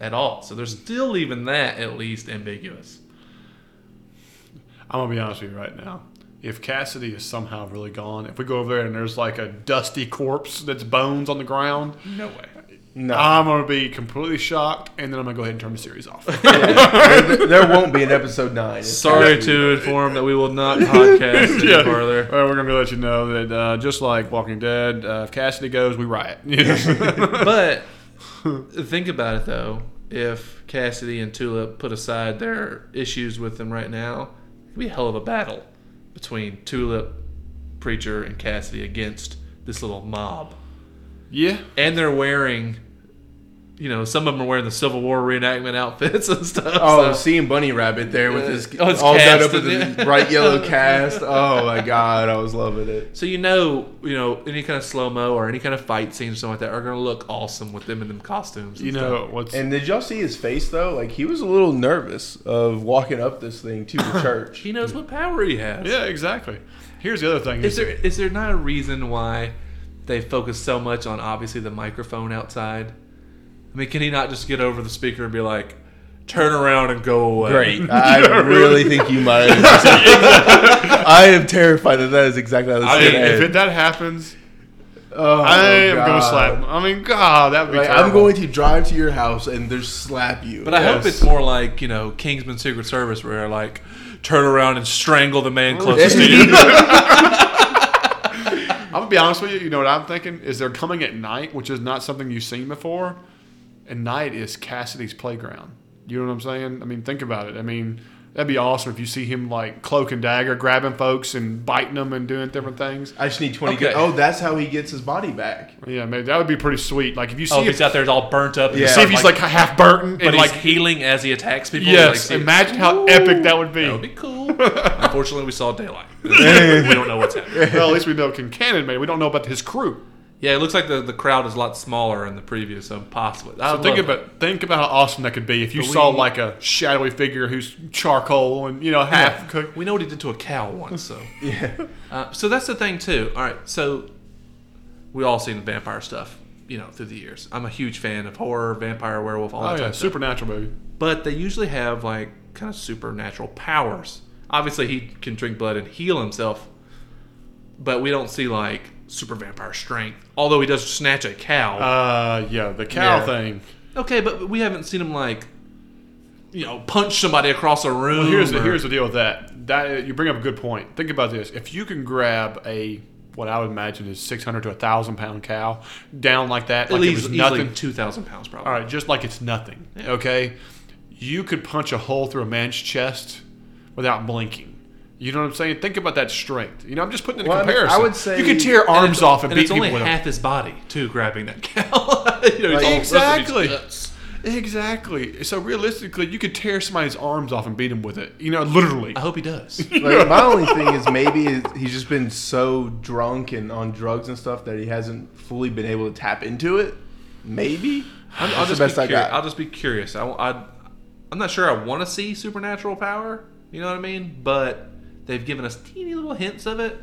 B: at all. So they're still leaving that at least ambiguous.
A: I'm gonna be honest with you right now. If Cassidy is somehow really gone, if we go over there and there's like a dusty corpse that's bones on the ground,
B: No way.
C: No,
A: I'm gonna be completely shocked, and then I'm gonna go ahead and turn the series off.
C: there, there won't be an episode nine. It's
B: Sorry
C: gotta be-
B: to inform that we will not podcast any
A: yeah.
B: further.
A: Well, we're gonna let you know that uh, just like Walking Dead, uh, if Cassidy goes, we riot.
B: But think about it though. If Cassidy and Tulip put aside their issues with them right now, it'd be a hell of a battle between Tulip, Preacher, and Cassidy against this little mob.
A: yeah.
B: And they're wearing, you know, some of them are wearing the Civil War reenactment outfits and stuff.
C: Oh,
B: so-
C: seeing Bunny Rabbit there with
B: Yeah.
C: his
B: Oh, it's
C: all
B: cast,
C: done up with
B: isn't
C: the
B: it?
C: bright yellow cast. Oh my god, I was loving it.
B: So you know, you know, any kind of slow mo or any kind of fight scene or something like that are gonna look awesome with them in them costumes. and
A: You
B: stuff.
A: know what's
C: And did y'all see his face though? Like he was a little nervous of walking up this thing to the church.
B: he knows what power he has.
A: Yeah, exactly. Here's the other thing.
B: Is there is there not a reason why they focus so much on obviously the microphone outside? I mean, can he not just get over the speaker and be like, "Turn around and go away"?
C: Great. I really think you might. Have I am terrified that that is exactly how this
A: I
C: is
A: mean,
C: gonna
A: if
C: end.
A: it, that happens,
C: Oh,
A: I am
C: God.
A: gonna slap. him. I mean, God, that would be
C: Like,
A: terrible.
C: I'm going to drive to your house and just slap you.
B: But I hope it's more like you know Kingsman Secret Service, where they're like, "Turn around and strangle the man closest to you."
A: I'm gonna be honest with you. You know what I'm thinking is they're coming at night, which is not something you've seen before. And night is Cassidy's playground. You know what I'm saying? I mean, think about it. I mean, that'd be awesome if you see him like cloak and dagger, grabbing folks and biting them and doing different things.
C: I just need 20.
B: Okay.
C: good- Oh, that's how he gets his body back.
A: Yeah, maybe that would be pretty sweet. Like if you see,
B: Oh, if
A: if,
B: he's out there all burnt up. and
C: Yeah.
A: see
B: stuff
A: if he's like, half burnt
B: but
A: and
B: like
A: like
B: healing as he attacks people. like,
A: yes.
B: see-
A: imagine how epic that would
B: That would be cool. Unfortunately, we saw daylight. we don't know what's happening.
A: well, at least we know Kincannon made. it. We don't know about his crew.
B: Yeah, it looks like the, the crowd is a lot smaller in the preview, so possibly. I
A: So think
B: love it.
A: about think about how awesome that could be if you saw
B: we-
A: like a shadowy figure who's charcoal and you know half cooked.
B: We know what he did to a cow once, so.
C: Yeah.
B: Uh, so that's the thing too. All right, so we all seen the vampire stuff, you know, through the years. I'm a huge fan of horror, vampire, werewolf, all that
A: Oh
B: type
A: yeah,
B: of stuff.
A: supernatural baby.
B: But they usually have like kind of supernatural powers. Obviously, he can drink blood and heal himself, but we don't see like super vampire strength. Although he does snatch a cow.
A: Uh yeah, the cow
B: Yeah.
A: thing.
B: Okay, but we haven't seen him like, you know, punch somebody across a room.
A: Well, here's the
B: or-
A: here's the deal with that. That you bring up a good point. Think about this: if you can grab a what I would imagine is 600 to 1,000 pound cow down like that,
B: at
A: like
B: least
A: it was
B: easily
A: nothing.
B: two thousand pounds probably.
A: All right, just like it's nothing. Okay, you could punch a hole through a man's chest without blinking. You know what I'm saying? Think about that strength. You know, I'm just putting it in
C: Well, I mean,
A: comparison.
C: I would say-
A: you could tear
B: And
A: arms
B: it's-
A: off and, beat
B: it's only
A: people with
B: half
A: them.
B: his body too grabbing that cow. You know, he's
C: Like-
B: all-
A: Exactly.
B: that's-
A: Exactly. So realistically, you could tear somebody's arms off and beat them with it. You know, literally.
B: I hope he does.
C: Like, my only thing is maybe he's just been so drunk and on drugs and stuff that he hasn't fully been able to tap into it. Maybe.
B: I'm,
C: That's the best
B: be
C: I
B: curi-
C: got.
B: I'll just be curious. I, I, I'm not sure I want to see supernatural power. You know what I mean? But they've given us teeny little hints of it.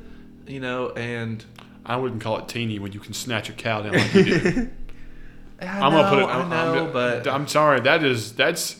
B: You know, and
A: I wouldn't call it teeny when you can snatch a cow down like you do.
B: I
A: I'm
B: know,
A: gonna put it.
B: I
A: I'm, I'm-
B: know, but
A: I'm sorry. That is that's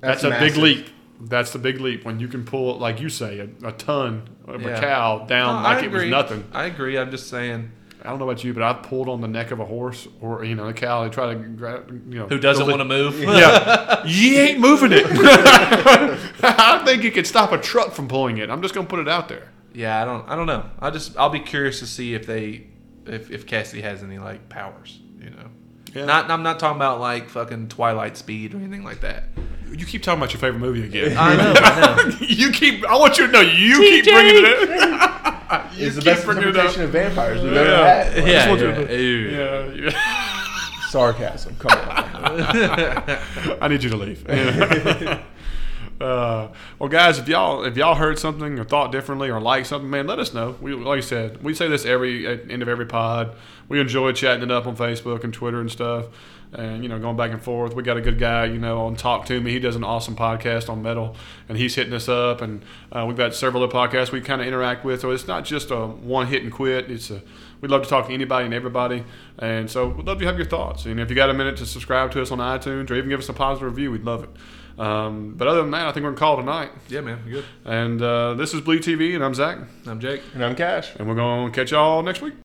A: that's,
C: That's
A: a big
C: massive.
A: leap. That's the big leap when you can pull, like you say, a, a ton of
B: Yeah.
A: a cow down
B: No, I
A: like it was
B: agree.
A: nothing.
B: I agree. I'm just saying.
A: I don't know about you, but I've pulled on the neck of a horse or you know a cow. They try to grab, you know,
B: Who doesn't want
A: to?
B: to move?
A: Yeah, you ain't moving it. I don't think you could stop a truck from pulling it. I'm just gonna put it out there.
B: yeah, I don't I don't know. I just I'll be curious to see if they if, if Cassidy has any like powers, you know.
A: Yeah.
B: Not I'm not talking about like fucking Twilight speed or anything like that.
A: You keep talking about your favorite movie again.
B: I know, I know.
A: you keep. I want you to know. You keep
B: TJ.
A: bringing it up. you
C: It's the
A: keep
C: best
A: bringing it up.
C: interpretation of vampires we've ever
A: Yeah.
C: had. Like,
B: Yeah,
A: want you
B: yeah,
A: to-
B: ew.
A: Yeah, yeah.
C: Sarcasm. Come on.
A: I need you to leave. uh, well, guys, if y'all if y'all heard something or thought differently or liked something, man, let us know. We like I said, we say this every at the end of every pod. We enjoy chatting it up on Facebook and Twitter and stuff, and you know going back and forth. We got a good guy, you know, on Talk to Me. He does an awesome podcast on metal, and he's hitting us up. And uh, we've got several other podcasts we kind of interact with. So it's not just a one hit and quit. It's a We'd love to talk to anybody and everybody. And so we'd love to have your thoughts. And if you got a minute to subscribe to us on iTunes or even give us a positive review, we'd love it. Um, but other than that, I think we're going to call it a night.
B: Yeah, man. Good.
A: And uh, this is Blue TV, and I'm Zach.
B: I'm Jake.
C: and I'm Cash.
A: And we're going to catch y'all next week.